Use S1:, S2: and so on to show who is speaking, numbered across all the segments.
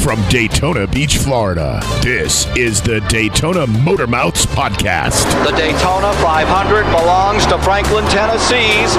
S1: from Daytona Beach, Florida. This is the Daytona Motor Mouths Podcast.
S2: The Daytona 500 belongs to Franklin, Tennessee's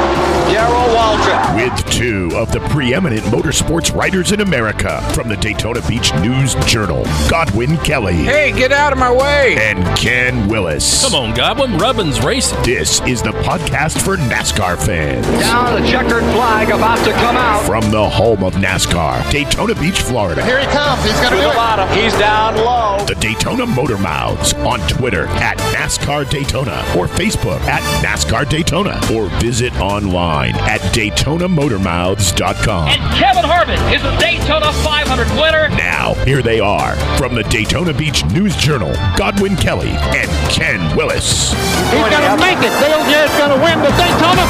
S2: Darrell Waltrip.
S1: With two of the preeminent motorsports writers in America from the Daytona Beach News Journal, Godwin Kelly
S3: Hey, get out of my way!
S1: and Ken Willis.
S4: Come on, Goblin. Rubbin's racing.
S1: This is the podcast for NASCAR fans.
S2: Down the checkered flag about to come out.
S1: From the home of NASCAR, Daytona Beach, Florida.
S5: Here he comes. He's going to
S2: To the
S5: do it.
S2: bottom. He's down low.
S1: The Daytona Motor Mouths on Twitter at NASCAR Daytona or Facebook at NASCAR Daytona or visit online at DaytonaMotorMouths.com.
S6: And Kevin Harvick is the Daytona 500 winner.
S1: Now, here they are from the Daytona Beach News Journal, Godwin Kelly and Ken Willis.
S5: He's going to make it. Dale Jarrett's going to win the Daytona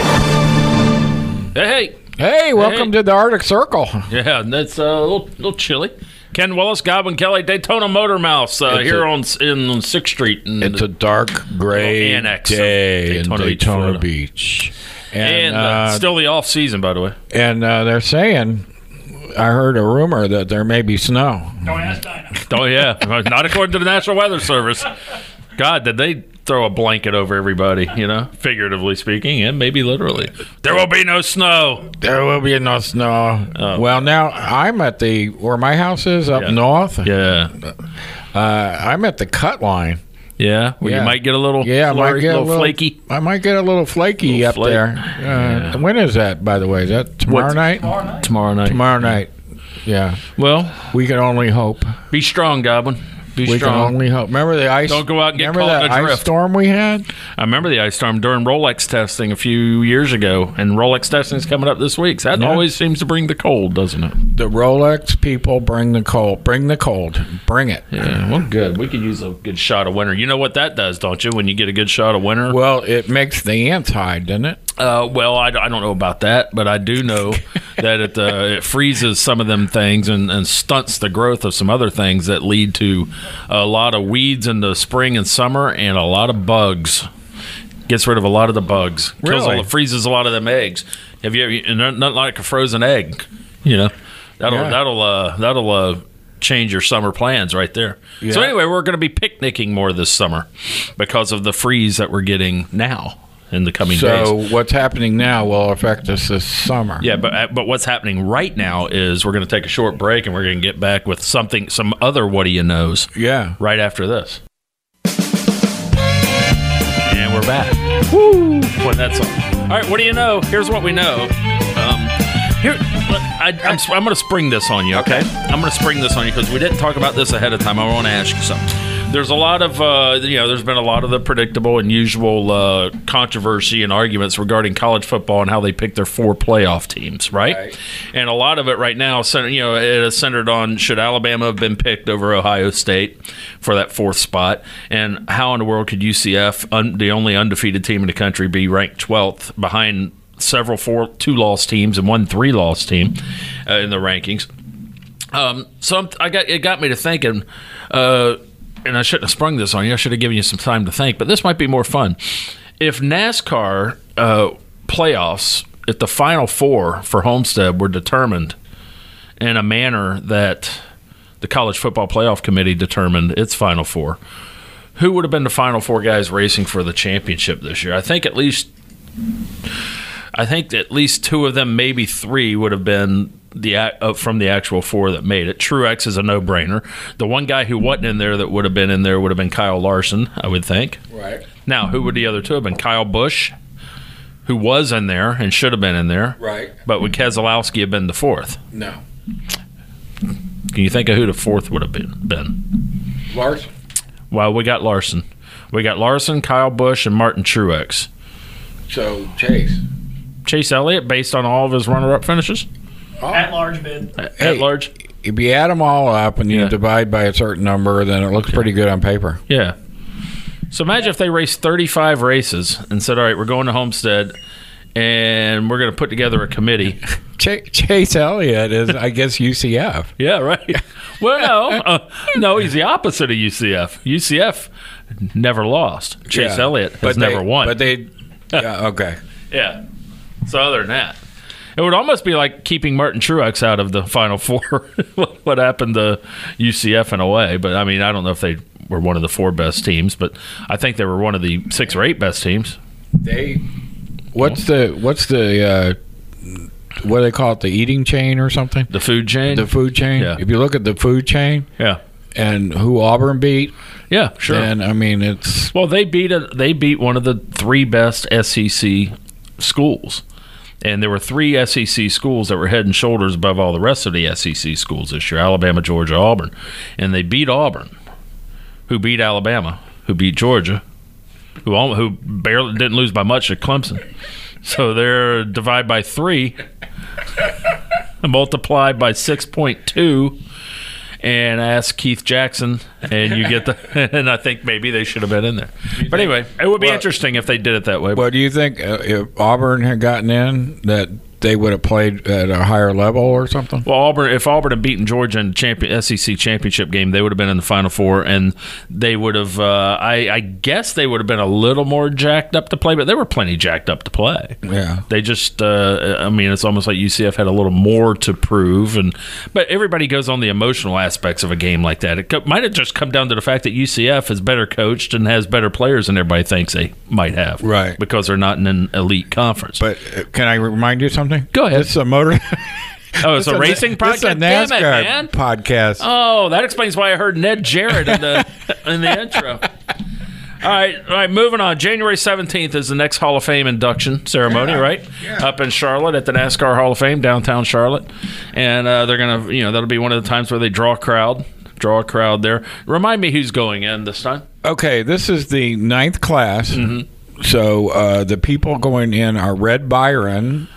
S5: 500.
S4: Hey,
S3: Hey, welcome
S4: Hey.
S3: to the Arctic Circle.
S4: hey. Yeah, that's uh, a little, little chilly. Ken Willis, Goblin Kelly, Daytona Motor Mouse uh,
S7: It's
S4: here
S7: a-
S4: on s- in on Sixth Street. And
S7: It's a dark gray
S4: Little annex of
S7: day in
S4: Daytona Beach, Florida.
S7: Daytona Beach,
S4: and,
S7: and
S4: uh,
S7: uh,
S4: still the off season, by the way.
S3: And uh, they're saying, I heard a rumor that there may be snow.
S4: Oh yeah, not according to the National Weather Service. God, did they throw a blanket over everybody? You know, figuratively speaking, and maybe literally. There will be no snow.
S3: There will be no snow. Well, now I'm at the where my house is up
S4: Oh. Yeah.
S3: north.
S4: Yeah,
S3: Uh, I'm at the cut line.
S4: yeah. Well,
S3: Yeah.
S4: you might get a little
S3: Yeah, I might
S4: flurry,
S3: get a
S4: Oh, little,
S3: little-
S4: flaky.
S3: I might get a little flaky
S4: Little
S3: up
S4: flake.
S3: there. Uh, When is that, by the way? Is that tomorrow
S4: What's-
S3: night?
S4: Tomorrow night.
S3: Tomorrow night. Yeah,
S4: Well,
S3: we can only hope.
S4: be strong, Goblin. Be
S3: We
S4: strong.
S3: can only hope. Remember the ice?
S4: Don't go out and get
S3: remember
S4: caught
S3: that
S4: in a
S3: ice
S4: drift.
S3: storm we had?
S4: I remember the ice storm during Rolex testing a few years ago, and Rolex testing is coming up this week. So that always seems to bring the cold, doesn't it?
S3: The Rolex people bring the cold. Bring the cold. Bring it.
S4: Yeah, well, good. We could use a good shot of winter. You know what that does, don't you? When you get a good shot of winter,
S3: Well, it makes the ants hide, doesn't it?
S4: uh, well, I, I don't know about that, but I do know that it uh, it freezes some of them things and, and stunts the growth of some other things that lead to a lot of weeds in the spring and summer and a lot of bugs. Gets rid of a lot of the bugs. Kills
S3: Really?
S4: all, freezes a lot of them eggs. Have you ever? Not, not like a frozen egg, you know. That'll
S3: Yeah.
S4: that'll uh, that'll uh, change your summer plans right there. So
S3: Yeah.
S4: anyway, we're going to be picnicking more this summer because of the freeze that we're getting now in the coming days.
S3: So what's happening now will affect us this summer.
S4: Yeah, but but what's happening right now is we're going to take a short break and we're going to get back with something, some other what do you knows,
S3: Yeah.
S4: right after this. And we're back. Woo! What that's all. All right, what do you know? Here's what we know. Um, here, look, I, I'm, I'm going to spring this on you. Okay, I'm going to spring this on you because we didn't talk about this ahead of time. I want to ask you something. There's a lot of uh, you know, there's been a lot of the predictable and usual uh, controversy and arguments regarding college football and how they pick their four playoff teams, right? And a lot of it right now, center, you know, it is centered on should Alabama have been picked over Ohio State for that fourth spot, and how in the world could UCF, un, the only undefeated team in the country, be ranked 12th behind several four two loss teams and one three loss team uh, in the rankings? Um, so I'm, I got it got me to thinking, uh, and I shouldn't have sprung this on you. I should have given you some time to think, but this might be more fun. If NASCAR uh, playoffs, if the final four for Homestead were determined in a manner that the College Football Playoff Committee determined its final four, who would have been the final four guys racing for the championship this year? I think at least I think at least two of them, maybe three, would have been the ac- uh, from the actual four that made it. Truex is a no-brainer. The one guy who wasn't in there that would have been in there would have been Kyle Larson, I would think.
S3: Right.
S4: Now, who would the other two have been? Kyle Busch, who was in there and should have been in there,
S3: Right.
S4: but would Keselowski have been the fourth?
S3: No.
S4: Can you think of who the fourth would have been? been?
S3: Lars.
S4: Well, we got Larson. We got Larson, Kyle Busch, and Martin Truex.
S3: So Chase.
S4: Chase Elliott, based on all of his runner-up finishes
S6: At large bid.
S4: at
S3: Hey.
S4: large.
S3: If you add them all up and you
S4: Yeah.
S3: divide by a certain number, then it looks pretty good on paper.
S4: Yeah. So imagine if they raced 35 races and said, all right, we're going to Homestead and we're going to put together a committee.
S3: Ch- Chase Elliott is, I guess, UCF.
S4: yeah, right. Well, no. Uh, no, he's the opposite of UCF. UCF never lost. Chase
S3: Yeah.
S4: Elliott has
S3: But they-
S4: never won.
S3: But they. Yeah, okay.
S4: yeah. So other than that. It would almost be like keeping Martin Truex out of the Final Four. what happened to UCF in a way? But I mean, I don't know if they were one of the four best teams, but I think they were one of the six or eight best teams.
S3: They What's the what's the uh, what do they call it? The eating chain or something?
S4: The food chain.
S3: The food chain.
S4: Yeah.
S3: If you look at the food chain
S4: yeah.
S3: and who Auburn beat,
S4: Yeah. Sure.
S3: then I mean it's
S4: Well, they beat a, they beat one of the three best SEC schools, and there were three SEC schools that were head and shoulders above all the rest of the SEC schools this year: Alabama, Georgia, Auburn, and they beat Auburn, who beat Alabama, who beat Georgia, who al- who barely didn't lose by much to Clemson. So they're divide by three, multiply by six point two and ask Keith Jackson, and you get the. And I think maybe they should have been in there. But anyway, it would be interesting if they did it that way.
S3: Well, do you think uh, if Auburn had gotten in, that they would have played at a higher level or something?
S4: well, Auburn, if Auburn had beaten Georgia in the champion, SEC championship game, they would have been in the Final Four, and they would have. Uh, I, I guess they would have been a little more jacked up to play, but they were plenty jacked up to play.
S3: Yeah.
S4: they just. Uh, I mean, it's almost like UCF had a little more to prove, and but everybody goes on the emotional aspects of a game like that. It co- might have just come down to the fact that UCF is better coached and has better players than everybody thinks they might have,
S3: Right.
S4: Because they're not in an elite conference.
S3: But uh, can I remind you something?
S4: Go ahead.
S3: This is a motor.
S4: oh, it's a racing podcast.
S3: This is a
S4: Damn it,
S3: NASCAR
S4: man.
S3: podcast.
S4: Oh, that explains why I heard Ned Jarrett in the in the intro. All right, all right. Moving on. January seventeenth is the next Hall of Fame induction ceremony, right? Up in Charlotte at the NASCAR Hall of Fame, downtown Charlotte, and uh, they're gonna, you know, that'll be one of the times where they draw a crowd, draw a crowd there. Remind me who's going in this time?
S3: Okay, this is the ninth class.
S4: Mm-hmm.
S3: So uh, the people going in are Red Byron.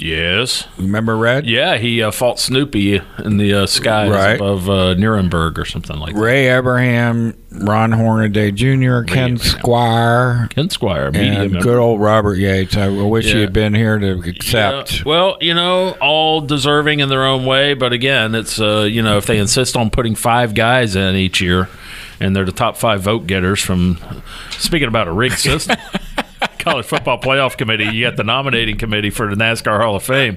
S4: Yes.
S3: Remember Red?
S4: Yeah, he uh, fought Snoopy in the uh, skies
S3: Right.
S4: above uh, Nuremberg or something like that.
S3: Ray Abraham, Ron Hornaday Jr., Ken Squire,
S4: Ken Squire, media
S3: and
S4: member.
S3: good old Robert Yates. I wish
S4: Yeah.
S3: he had been here to
S4: Yeah,
S3: accept.
S4: well, you know, all deserving in their own way, but again, it's uh, you know, if they insist on putting five guys in each year, and they're the top five vote getters from. Speaking about a rigged system, college football playoff committee, you got the nominating committee for the NASCAR Hall of Fame.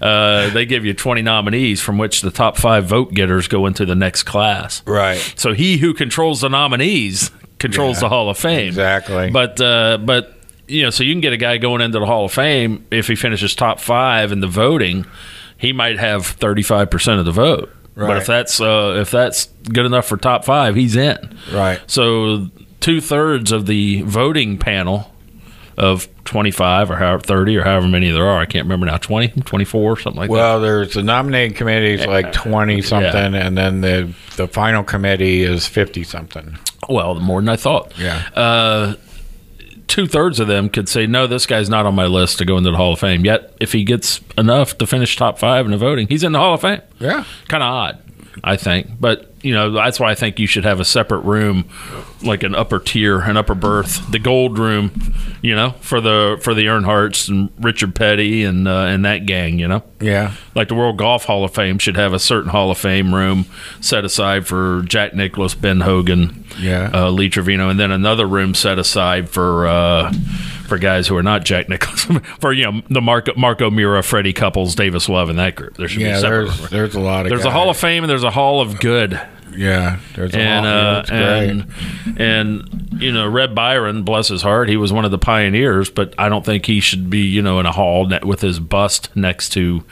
S4: Uh, they give you twenty nominees, from which the top five vote getters go into the next class.
S3: Right.
S4: So he who controls the nominees controls the Hall of Fame.
S3: exactly.
S4: But uh, but you know, so you can get a guy going into the Hall of Fame if he finishes top five in the voting, he might have thirty five percent of the vote. But
S3: Right.
S4: if that's uh, if that's good enough for top five, he's in.
S3: Right.
S4: So two thirds of the voting panel of 25 or however 30 or however many there are i can't remember now 20 24 something like
S3: Well, there's the nominating committee is like twenty something, and then the the final committee is fifty something.
S4: that well more than i thought
S3: Yeah.
S4: uh, two thirds of them could say, no, this guy's not on my list to go into the Hall of Fame. Yet, if he gets enough to finish top five in the voting, he's in the Hall of Fame.
S3: Yeah.
S4: Kind of odd, I think. But, you know, that's why I think you should have a separate room, like an upper tier, an upper berth, the gold room, you know, for the for the Earnhardts and Richard Petty and, uh, and that gang, you know?
S3: Yeah.
S4: Like the World Golf Hall of Fame should have a certain Hall of Fame room set aside for Jack Nicklaus, Ben Hogan,
S3: Yeah.
S4: uh, Lee Trevino, and then another room set aside for uh, for guys who are not Jack Nicklaus, for you know the Marco Marco Mira, Freddie Couples, Davis Love, and that group. There should be
S3: Yeah.
S4: a separate.
S3: There's
S4: room.
S3: there's a lot of
S4: There's a
S3: guys.
S4: Hall of Fame and there's a Hall of Good
S3: yeah. There's a
S4: and
S3: Hall.
S4: uh,
S3: That's great.
S4: and and you know Red Byron, bless his heart, he was one of the pioneers, but I don't think he should be you know in a hall net with his bust next to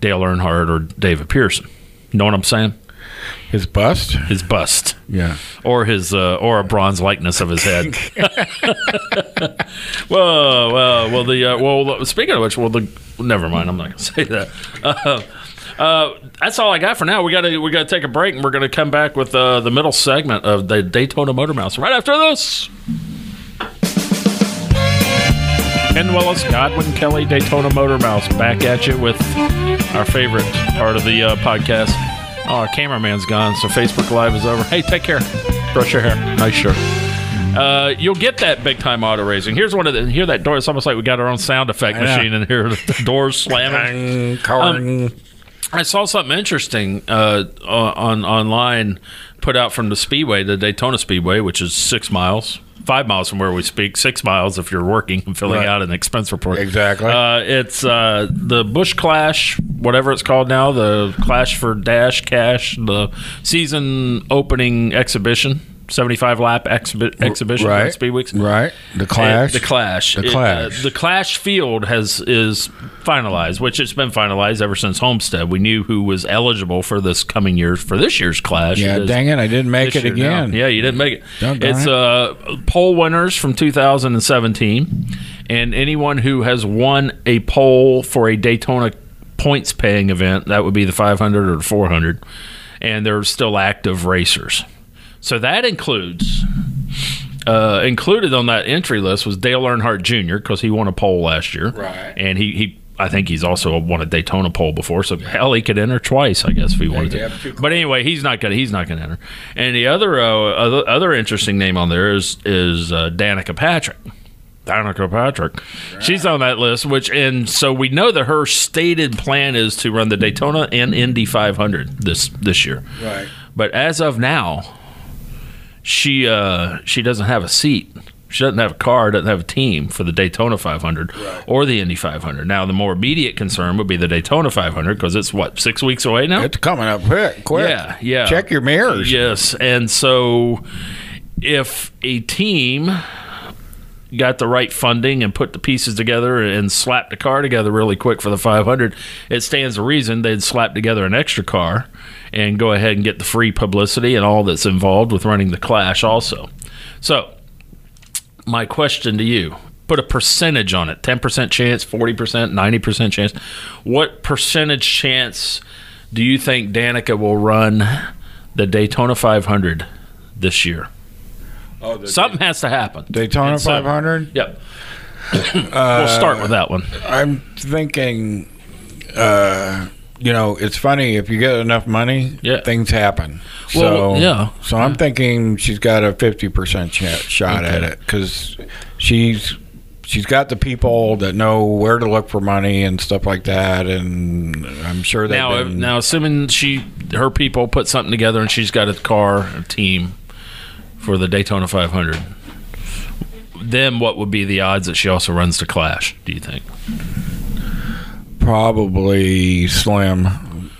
S4: Dale Earnhardt or David Pearson. You know what I'm saying?
S3: his bust.
S4: His bust,
S3: Yeah.
S4: or his uh, or a bronze likeness of his head. Whoa, whoa, well the uh, well speaking of which, well the never mind, I'm not gonna say that. Uh, uh, that's all I got for now. We gotta we gotta take a break, and we're gonna come back with uh, the middle segment of the Daytona Motor Mouse right after this. Ken Willis, Godwin Kelly, Daytona Motor Mouse, back at you with our favorite part of the uh, podcast. Oh, our cameraman's gone, so Facebook Live is over. Hey, take care. Brush your hair. Nice shirt. Uh, you'll get that big time auto racing. Here's one of the. Hear that door? It's almost like we got our own sound effect
S3: know.
S4: machine in here. The doors slamming. I saw something interesting uh, on online put out from the Speedway, the Daytona Speedway, which is six miles five miles from where we speak, six miles if you're working and filling
S3: Right.
S4: out an expense report.
S3: Exactly.
S4: Uh, it's uh, the Bush Clash, whatever it's called now, the Clash for Dash Cash, the season opening exhibition, 75 lap exhibi- exhibition on
S3: right.
S4: Speed Weeks.
S3: Right. The Clash.
S4: Uh, the Clash.
S3: The
S4: It, uh,
S3: Clash.
S4: the Clash field has is finalized, which it's been finalized ever since Homestead. We knew who was eligible for this coming year for this year's Clash.
S3: yeah,
S4: is
S3: dang it. I didn't make
S4: this
S3: it
S4: year now.
S3: again.
S4: Yeah, you didn't make it.
S3: Doggone
S4: it's
S3: it.
S4: uh, poll winners from 2017, and anyone who has won a poll for a Daytona points paying event, that would be the 500 or the 400, and they're still active racers. So that includes. Uh, included on that entry list was Dale Earnhardt Jr. because he won a pole last year, right? And he, he I think he's also won a Daytona pole before. So hell, he could enter twice, I guess, if he wanted
S3: yeah,
S4: to. But anyway, he's not gonna he's not gonna enter. And the other uh, other, other interesting name on there is is uh, Danica Patrick. Danica Patrick, she's on that list. Which and so we know that her stated plan is to run the Daytona and Indy 500 this this year.
S3: Right.
S4: But as of now, she uh, she doesn't have a seat. She doesn't have a car, doesn't have a team for the Daytona 500 or the Indy 500. Now, the more immediate concern would be the Daytona 500 because it's what six weeks away now.
S3: It's coming up quick. Quick.
S4: Yeah, yeah.
S3: Check your mirrors.
S4: Yes, and so if a team got the right funding and put the pieces together and slapped the car together really quick for the 500, it stands to reason they'd slap together an extra car and go ahead and get the free publicity and all that's involved with running the clash also. So, my question to you put a percentage on it 10% chance 40% 90% chance what percentage chance do you think danica will run the daytona 500 this year
S3: Oh, the
S4: something has to happen
S3: Daytona Uh,
S4: And so-
S3: 500.
S4: yep we'll start with that one
S3: I'm thinking, uh, you know, it's funny if you get enough money,
S4: Yeah.
S3: things happen. so
S4: Well, yeah.
S3: so I'm thinking she's got a 50% chance, shot at it because she's she's got the people that know where to look for money and stuff like that, and I'm sure they've
S4: now
S3: been-
S4: now assuming she her people put something together and she's got a car a team for the daytona 500 then what would be the odds that she also runs the clash do you think
S3: probably slim.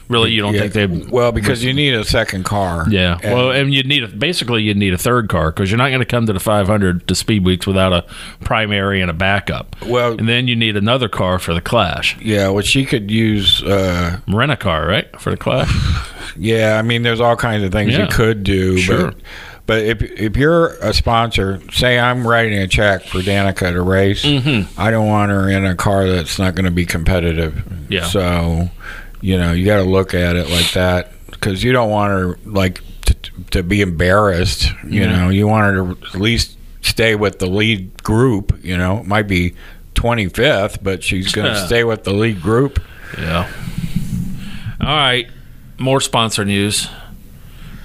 S4: really you don't
S3: Yeah.
S4: think they
S3: well because you need a second car.
S4: Yeah.
S3: And-
S4: well, and you need a basically you need a third car because you're not going to come to the 500 to speed weeks without a primary and a backup.
S3: Well-
S4: and then you need another car for the clash.
S3: yeah. Well, she could use. Uh,
S4: Rent a car, right, for the clash.
S3: Yeah, I mean, there's all kinds of things
S4: Yeah.
S3: you could do.
S4: Sure.
S3: But, but if if you're a sponsor, say I'm writing a check for Danica to race,
S4: Mm-hmm.
S3: I don't want her in a car that's not going to be competitive.
S4: Yeah.
S3: So, you know, you got to look at it like that because you don't want her like to, to be embarrassed. You know, you want her to at least stay with the lead group. You know, it might be 25th, but she's going to stay with the lead group.
S4: yeah. All right. More sponsor news.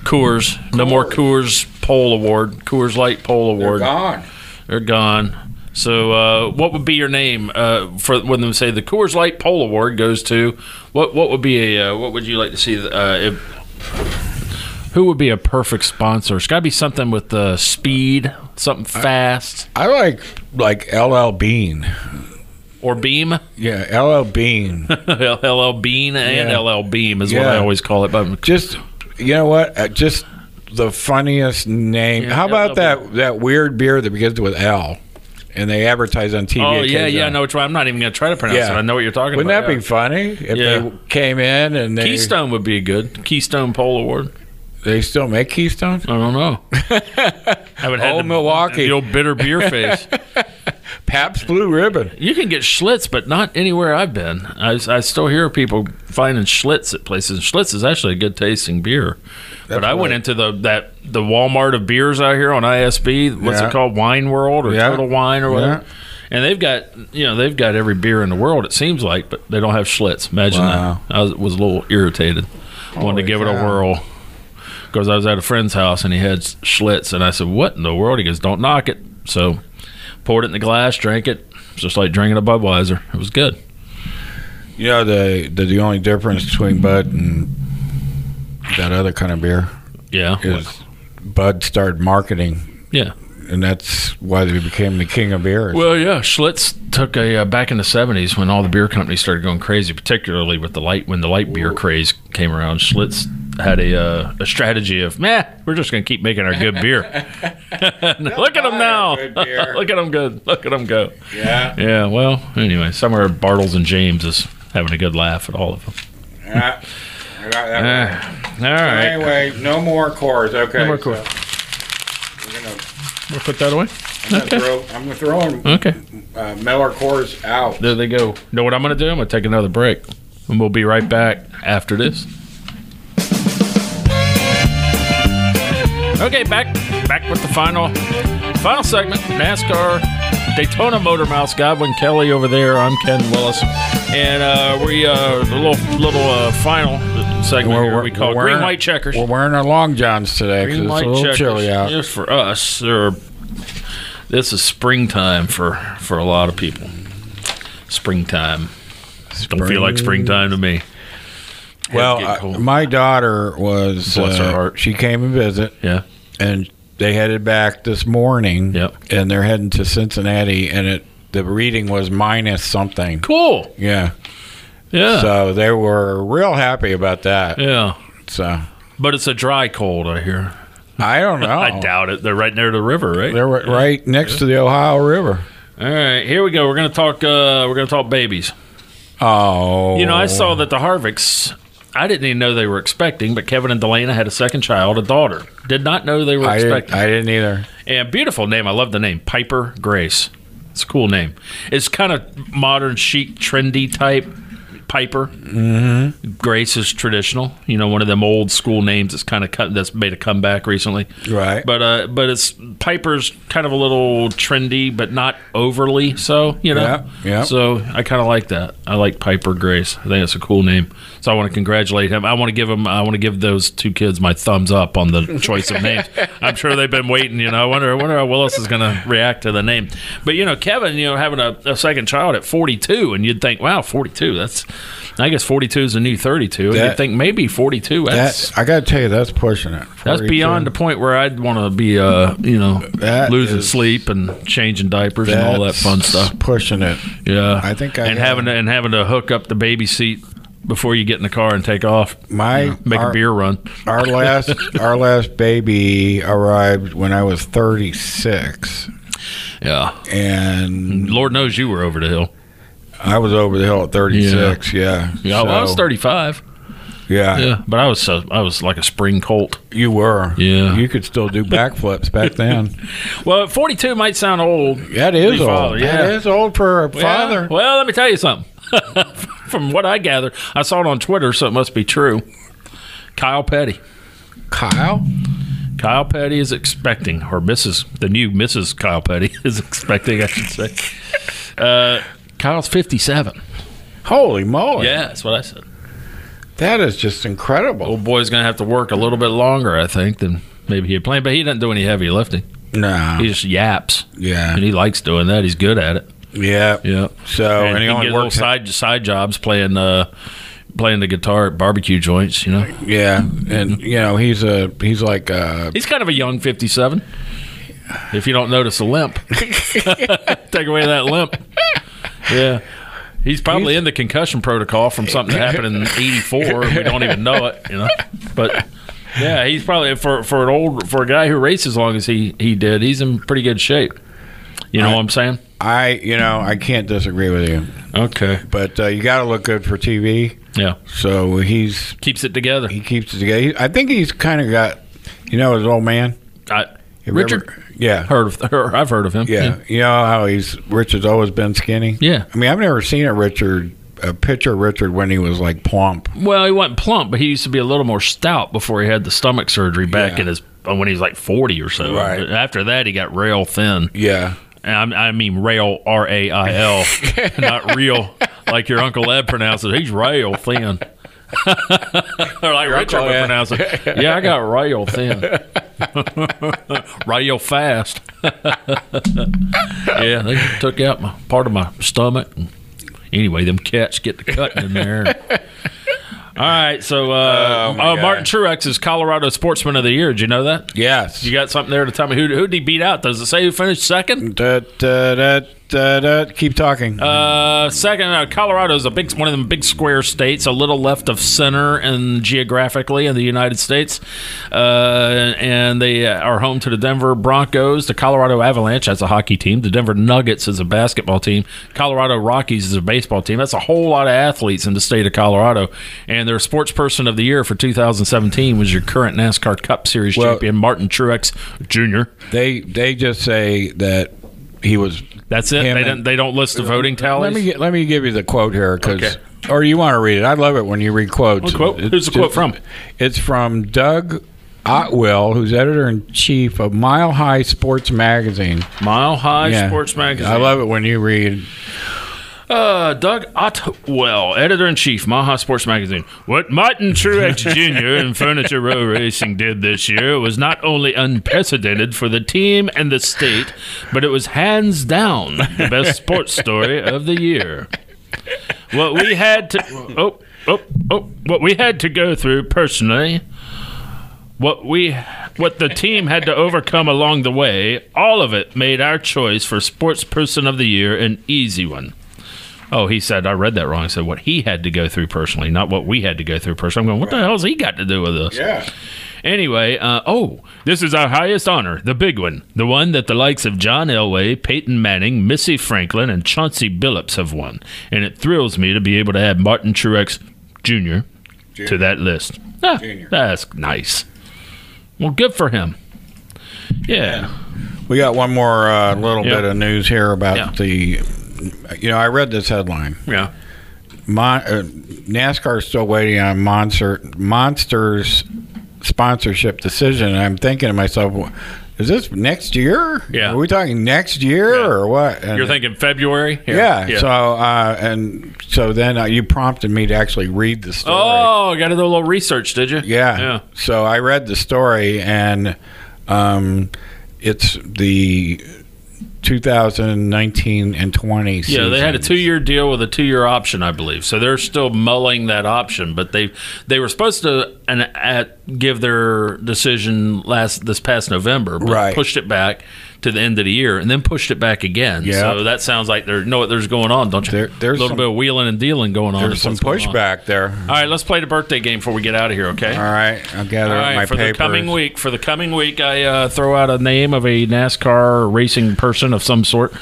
S4: Coors. No more Coors Poll Award. Coors Light Poll Award.
S3: Gone.
S4: They're gone. So, uh, what would be your name uh, for when they say the Coors Light Poll Award goes to? What what would be a uh, what would you like to see? Uh, if, who would be a perfect sponsor? It's got to be something with uh, speed, something fast,
S3: I like like LL Bean.
S4: or Beam.
S3: Yeah, LL Bean.
S4: LL Bean and
S3: Yeah.
S4: LL Beam is what
S3: Yeah.
S4: I always call it. But
S3: just you know what? Uh, Just the funniest name.
S4: Yeah,
S3: How about
S4: LL
S3: that that weird beer that begins with L, and they advertise on TV?
S4: oh yeah,
S3: occasionally?
S4: yeah, I know which one. I'm not even going to try to pronounce
S3: Yeah.
S4: it. I know what you're talking
S3: Wouldn't
S4: about.
S3: that be funny if
S4: Yeah.
S3: they came in and they
S4: yeah. Keystone would be good. Keystone Poll Award.
S3: they still make Keystone?
S4: I don't know. haven't had
S3: Oh,
S4: the-
S3: Milwaukee.
S4: the old bitter beer face.
S3: Pabst Blue Ribbon.
S4: You can get Schlitz, but not anywhere I've been. I, I still hear people finding Schlitz at places. Schlitz is actually a good tasting beer. but I went
S3: right.
S4: into the that the Walmart of beers out here on ISB. What's
S3: Yeah.
S4: it called? Wine World or
S3: Yeah.
S4: Total Wine or whatever.
S3: Yeah.
S4: And they've got you know they've got every beer in the world it seems like, but they don't have Schlitz. Imagine
S3: Wow.
S4: that. I was, was a little irritated. Wanted
S3: Holy
S4: to give it a
S3: cow.
S4: whirl because I was at a friend's house and he had Schlitz, and I said, "What in the world?" He goes, "Don't knock it." So poured it in the glass, drank it. It's just like drinking a Budweiser. It was good.
S3: You know the the, the only difference between Bud and that other kind of beer
S4: Yeah,
S3: is Bud started marketing
S4: yeah.
S3: and that's why they became the king of beers.
S4: Well, yeah, Schlitz took a uh, back in the '70s when all the beer companies started going crazy, particularly with the light when the light beer craze came around. Schlitz had a uh, a strategy of, meh, we're just going to keep making our good beer. Look at them now. Look at them good. Look at them go.
S3: yeah.
S4: Yeah. Well, anyway, somewhere Bartles and James is having a good laugh at all of them.
S3: yeah. I got that Ah, right.
S4: All right.
S3: Anyway, no more cores. Okay.
S4: more cores.
S3: So we're gonna,
S4: We'll put that away.
S3: I'm gonna throw. I'm gonna throw 'em,
S4: Okay.
S3: uh, Miller cores out.
S4: There they go. Know what I'm going to do? I'm going to take another break, and we'll be right back after this. Okay, back back with the final final segment. NASCAR Daytona Motor Mouse. Godwin Kelly over there. I'm Ken Willis, and uh, we uh, a little little uh, final segment here we call green white checkers.
S3: We're wearing our long johns today because
S4: Green
S3: it's
S4: light
S3: a little
S4: checkers.
S3: chilly out.
S4: Just for us, or this is springtime for for a lot of people. Springtime. Don't feel like springtime to me.
S3: Well,
S4: It's getting
S3: uh,
S4: cold.
S3: my daughter was.
S4: Bless her
S3: uh,
S4: heart.
S3: She came and visit,
S4: yeah.
S3: and they headed back this morning.
S4: Yep.
S3: And they're heading to Cincinnati, and it the reading was minus something.
S4: Cool.
S3: Yeah.
S4: Yeah.
S3: So they were real happy about that.
S4: yeah.
S3: So
S4: But it's a dry cold, I hear.
S3: I don't know.
S4: I doubt it. They're right near the river, right?
S3: Oh. They're ri- right next to the Ohio River.
S4: All right, here we go. We're gonna talk. Uh, we're gonna talk babies.
S3: Oh.
S4: You know, I saw that the Harvicks. I didn't even know they were expecting, but Kevin and Delana had a second child, a daughter. Did not know they were
S3: I
S4: expecting.
S3: didn't, I didn't either.
S4: And beautiful name. I love the name Piper Grace. It's a cool name. It's kind of modern, chic, trendy type. Piper mm-hmm. Grace is traditional. You know, one of them old school names that's kind of cut, that's made a comeback recently.
S3: Right.
S4: But uh, but it's Piper's kind of a little trendy, but not overly so. You know.
S3: Yeah, yeah.
S4: So I kind of like that. I like Piper Grace. I think that's a cool name. So I want to congratulate him. I want to give him. I want to give those two kids my thumbs up on the choice of names. I'm sure they've been waiting. You know, I wonder. I wonder how Willis is going to react to the name. But you know, Kevin, you know, having a, a second child at 42, and you'd think, wow, 42. That's. I guess 42 is a new 32. and
S3: That-
S4: you'd think maybe 42. That's
S3: That, I got to tell you, that's pushing it.
S4: that's
S3: 42.
S4: beyond the point where I'd want to be, uh, you know,
S3: That
S4: losing
S3: is-
S4: sleep and changing diapers and all that
S3: That's
S4: fun stuff.
S3: Pushing it.
S4: Yeah,
S3: I think I
S4: and
S3: have-
S4: having to, and having to hook up the baby seat before you get in the car and take off,
S3: My
S4: make
S3: our,
S4: a beer run.
S3: our last our last baby arrived when I was 36,
S4: Yeah,
S3: and
S4: Lord knows you were over the hill.
S3: I was over the hill at 36. Yeah.
S4: Mm-hmm. Yeah, well, I was
S3: So,
S4: thirty-five.
S3: Yeah,
S4: Yeah, but I was so I was like a spring colt.
S3: you were.
S4: Yeah.
S3: you could still do backflips back then.
S4: Well, forty-two might sound old,
S3: That is
S4: Be
S3: old.
S4: father, yeah.
S3: That is old for a father.
S4: Yeah. Well, let me tell you something. From what I gather, I saw it on Twitter, so it must be true. Kyle Petty.
S3: Kyle.
S4: Kyle Petty is expecting, or Mrs. the new Mrs. Kyle Petty is expecting, I should say. Uh, Kyle's fifty-seven.
S3: Holy moly!
S4: Yeah, that's what I said.
S3: That is just incredible.
S4: Old boy's gonna have to work a little bit longer, I think, than maybe he had planned. But he doesn't do any heavy lifting.
S3: No.
S4: He just yaps,
S3: Yeah.
S4: and he likes doing that. He's good at it.
S3: Yeah.
S4: Yeah.
S3: So
S4: and, he,
S3: only
S4: gets little
S3: works.
S4: side side jobs playing uh, playing the guitar at barbecue joints. You know,
S3: Yeah, and you know he's a he's like uh
S4: he's kind of a young fifty-seven. If you don't notice a limp, take away that limp. Yeah. He's probably in the concussion protocol from something that happened in '84. and we don't even know it, you know. But yeah, he's probably for for an old for a guy who raced as long as he he did. He's in pretty good shape. You know what I'm saying?
S3: I you know I can't disagree with you,
S4: Okay.
S3: but uh, you got to look good for TV.
S4: Yeah.
S3: So he's
S4: Keeps it together.
S3: he keeps it together. He- I think he's kind of got you know his old man
S4: I,
S3: Have you
S4: Richard.
S3: ever- yeah.
S4: Heard of her? I've heard of him.
S3: yeah, you know how he's Richard's always been skinny.
S4: Yeah.
S3: I mean I've never seen a Richard a picture of Richard when he was like plump.
S4: Well, he wasn't plump, but he used to be a little more stout before he had the stomach surgery back
S3: Yeah.
S4: in his uh, when he was like 40 or so.
S3: Right.
S4: But after that, he got rail thin.
S3: Yeah,
S4: And I, I mean rail, R A I L, not real, like your Uncle Ed pronounced it. He's rail thin. or like Richard would pronounce it. Yeah, I got rail thin. rail fast. yeah, they took out my part of my stomach. Anyway, them cats get to cutting in there. All right, so uh,
S3: Oh, my
S4: uh,
S3: God.
S4: Martin Truex is Colorado Sportsman of the Year. Did you know that?
S3: Yes.
S4: You got something there to tell me who who did he beat out? Does it say who finished second?
S3: Da, da, da, da, da. Keep talking.
S4: Uh, second, uh, Colorado is a big one of them big square states, a little left of center and geographically in the United States, uh, and they uh, are home to the Denver Broncos, the Colorado Avalanche that's a hockey team, the Denver Nuggets is a basketball team, Colorado Rockies is a baseball team. That's a whole lot of athletes in the state of Colorado, and their sports person of the year for 2017 was your current NASCAR Cup Series
S3: Well-
S4: champion Martin Truex Jr.
S3: they they just say that he was.
S4: That's it.
S3: Him
S4: They
S3: and-
S4: don't, they don't list the voting tallies.
S3: Let me get- let me give you the quote here, 'cause-
S4: Okay.
S3: or you want to read it? I love it when you read quotes.
S4: What quote? Who's the quote from?
S3: It's from Doug Otwell, who's editor in chief of Mile High Sports Magazine.
S4: Mile High
S3: Yeah.
S4: Sports Magazine.
S3: I love it when you read.
S4: Uh, Doug Otwell, editor in chief, Maha Sports Magazine. What Martin Truex Jr. and Furniture Row Racing did this year was not only unprecedented for the team and the state, but it was hands down the best sports story of the year. What we had to oh oh oh what we had to go through personally, what we what the team had to overcome along the way, all of it made our choice for Sports Person of the Year an easy one. Oh, he said I read that wrong. I said what he had to go through personally, not what we had to go through personally. I'm going, what the hell's he got to do with this?
S3: Yeah.
S4: Anyway, uh, oh, this is our highest honor, the big one, the one that the likes of John Elway, Peyton Manning, Missy Franklin, and Chauncey Billups have won, and it thrills me to be able to add Martin Truex Jr. to that list. Ah,
S3: Junior.
S4: That's nice. Well, good for him. Yeah.
S3: We got one more uh, little
S4: Yeah.
S3: bit of news here about
S4: Yeah.
S3: the. You know, I read this headline.
S4: Yeah.
S3: Mon, uh, NASCAR is still waiting on Monster Monsters sponsorship decision. And I'm thinking to myself, "Wha- is this next year?
S4: Yeah.
S3: Are we talking next year
S4: Yeah.
S3: or what? And-
S4: You're thinking February? Here.
S3: Yeah. So uh, and so then uh, you prompted me to actually read the story.
S4: oh, got to do a little research, did you?
S3: Yeah.
S4: Yeah.
S3: So I read the story, and um, it's the 2019 and 20.
S4: Yeah, they had a
S3: seasons.
S4: two-year deal with a two-year option, I believe. So they're still mulling that option, but they they were supposed to and at, give their decision last this past November, but
S3: Right.
S4: pushed it back to the end of the year, and then pushed it back again.
S3: Yeah.
S4: So that sounds like there know what there's going on, don't you?
S3: There- there's
S4: a little
S3: some-
S4: bit of wheeling and dealing going on.
S3: There's
S4: is
S3: some
S4: what's going on.
S3: pushback there.
S4: All right, let's play the birthday game before we get out of here. Okay.
S3: All right, I'll gather
S4: All
S3: up my
S4: right, for
S3: papers.
S4: the coming week, for the coming week, I uh, throw out a name of a NASCAR racing person of some sort,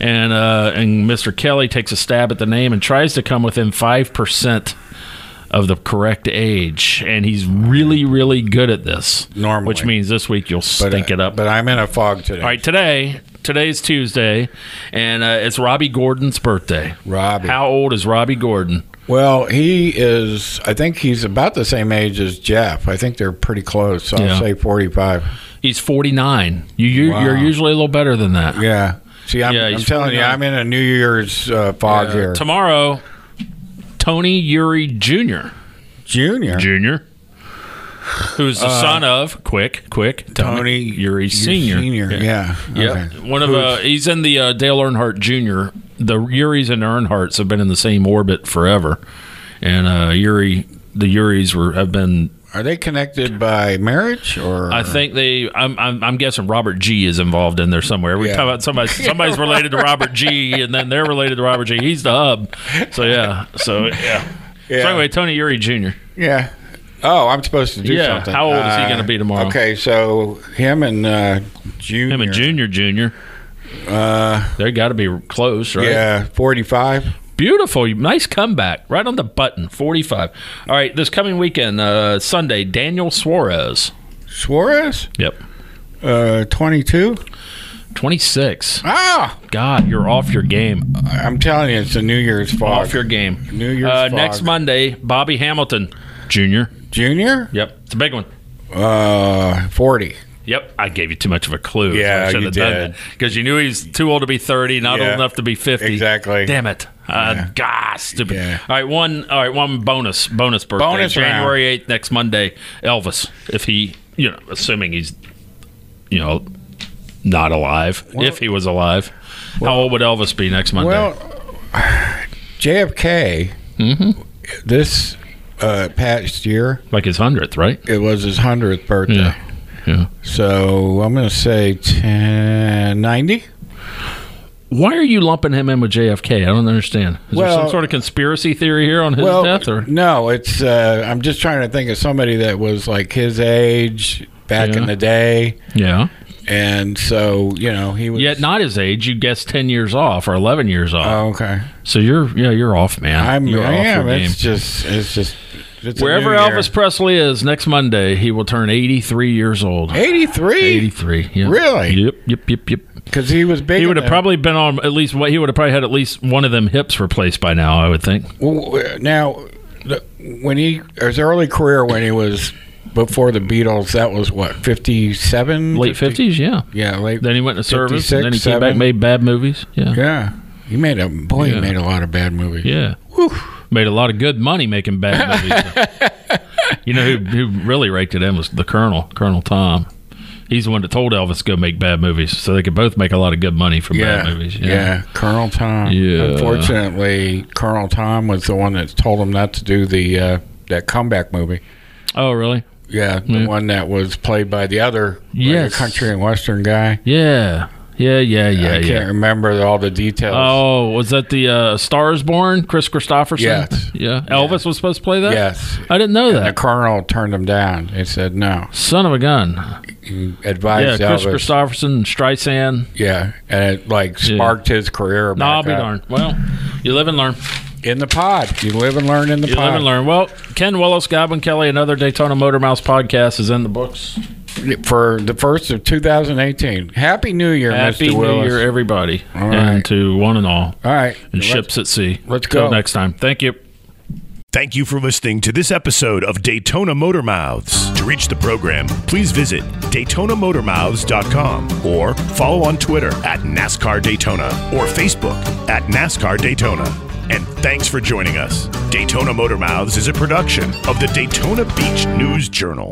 S4: and uh, and Mr. Kelly takes a stab at the name and tries to come within five percent of the correct age, and he's really, really good at this.
S3: Normally.
S4: which means this week you'll
S3: but, uh,
S4: stink it up.
S3: But I'm in a fog today.
S4: All right, today, today's Tuesday, and uh, it's Robbie Gordon's birthday.
S3: Robbie.
S4: how old is Robbie Gordon?
S3: Well, he is. I think he's about the same age as Jeff. I think they're pretty close. So
S4: Yeah.
S3: I'll say 45.
S4: He's forty nine. You, you
S3: Wow.
S4: you're usually a little better than that.
S3: Yeah. See, I'm,
S4: Yeah,
S3: I'm
S4: he's
S3: telling you,
S4: 49.
S3: I'm in a New Year's uh, fog here.
S4: Tomorrow, Tony Yuri Jr.
S3: Junior. Uh,
S4: Jr. Who's the son of quick, quick
S3: Tony
S4: Yuri Senior.
S3: Senior. Yeah.
S4: Yeah.
S3: Okay.
S4: One of uh, he's in the uh, Dale Earnhardt Jr. The Yuri's and Earnhardts have been in the same orbit forever, and uh, Yuri the Yuri's were have been.
S3: Are they connected by marriage or?
S4: I think they. I'm, I'm. I'm guessing Robert G is involved in there somewhere. Every
S3: Yeah.
S4: time about somebody, somebody's related to Robert G, and then they're related to Robert G. He's the hub. So yeah. So yeah.
S3: Yeah.
S4: So anyway, Tony Yuri Jr.
S3: Yeah. Oh, I'm supposed to do
S4: Yeah,
S3: something. Uh,
S4: how old is he gonna be tomorrow?
S3: Okay, so him and uh, Junior.
S4: Him and Junior Junior. Uh, they got to be close, right?
S3: Yeah, 45.
S4: Beautiful, nice comeback, right on the button. Forty-five. All right, this coming weekend, uh, Sunday, Daniel Suarez.
S3: Suarez,
S4: Yep.
S3: uh, 22.
S4: Twenty-six.
S3: Ah,
S4: God, you're off your game.
S3: I'm telling you, it's a New Year's fog.
S4: Off your game.
S3: New Year's
S4: Uh,
S3: fog.
S4: next Monday, Bobby Hamilton Junior.
S3: Junior,
S4: Yep, it's a big one.
S3: uh, 40.
S4: Yep, I gave you too much of a clue.
S3: Yeah, you did.
S4: Because you knew he's too old to be thirty, not
S3: Yeah,
S4: old enough to be fifty.
S3: exactly.
S4: Damn it. Uh, God, stupid.
S3: Yeah.
S4: All right, one. All right, one bonus. Bonus birthday.
S3: Bonus round.
S4: January eighth next Monday. Elvis, if he, you know, assuming he's, you know, not alive. if he was alive, how old would Elvis be next Monday? Mm-hmm.
S3: Well, JFK, this uh, past year.
S4: Like his hundredth, right?
S3: It was his hundredth birthday.
S4: Yeah. Yeah.
S3: So I'm going to say 10, 90.
S4: Why are you lumping him in with JFK? I don't understand. Is there some
S3: Well-
S4: sort of conspiracy theory here on his
S3: Well,
S4: death? Or
S3: no, it's. Uh, I'm just trying to think of somebody that was like his age back
S4: Yeah.
S3: in the day,
S4: yeah,
S3: and so you know he was.
S4: yet not his age. You guessed ten years off or eleven years off.
S3: Oh, okay.
S4: so you're yeah you're off, man.
S3: I'm.
S4: you're
S3: I am.
S4: your game.
S3: It's just. It's just. It's a
S4: Wherever
S3: new year.
S4: Elvis Presley is next Monday, he will turn 83 years old.
S3: 83
S4: 83. yeah.
S3: Really?
S4: Yep, yep, yep, yep.
S3: because he was big.
S4: He
S3: in
S4: would have
S3: the-
S4: probably been on at least what he would have probably had at least one of them hips replaced by now, I would think.
S3: Well, now, the- when he his early career when he was before the Beatles, that was what 57,
S4: Late 50s, yeah.
S3: Yeah, late.
S4: Then he went into service,
S3: 56,
S4: and then he came
S3: seven.
S4: back made bad movies. Yeah. Yeah.
S3: yeah, he made a boy.
S4: Yeah.
S3: He made a lot of bad movies.
S4: Made a lot of good money making bad movies. you know who who really raked it in was the Colonel, Colonel Tom. He's the one that told Elvis to go make bad movies so they could both make a lot of good money from
S3: Yeah,
S4: bad movies.
S3: yeah. Colonel Tom.
S4: Yeah.
S3: Unfortunately, Colonel Tom was the one that told him not to do the uh, that comeback movie.
S4: Oh, really?
S3: Yeah, the
S4: Yeah.
S3: one that was played by the other like,
S4: Yes.
S3: country and western guy.
S4: Yeah. Yeah, yeah, yeah,
S3: I
S4: yeah.
S3: can't remember all the details.
S4: Oh, was that the uh, Stars Born? Chris Christopherson.
S3: Yes.
S4: Yeah. Elvis was supposed to play that.
S3: yes.
S4: I didn't know
S3: The
S4: that.
S3: colonel turned him down. He said no.
S4: Son of a gun.
S3: He advised
S4: yeah, Chris
S3: Elvis.
S4: Christopherson, Streisand.
S3: yeah, and it like sparked his career.
S4: No, I'll be
S3: back up.
S4: darned. Well, you live and learn.
S3: In the pod, you live and learn in the
S4: You
S3: pod.
S4: live and learn. Well, Ken Willis, Goblin Kelly, another Daytona Motor Mouse podcast is in the books.
S3: for the first of 2018. Happy New Year,
S4: Happy
S3: Mr.
S4: New
S3: Willis.
S4: Year, everybody,
S3: All
S4: and
S3: right.
S4: to one and all,
S3: All right,
S4: and ships at sea.
S3: let's
S4: Till
S3: go.
S4: next time. Thank you.
S1: Thank you for listening to this episode of Daytona Motor Mouths. To reach the program, please visit DaytonaMotorMouths.com or follow on Twitter at NASCAR Daytona or Facebook at NASCAR Daytona. And thanks for joining us. Daytona Motor Mouths is a production of the Daytona Beach News Journal.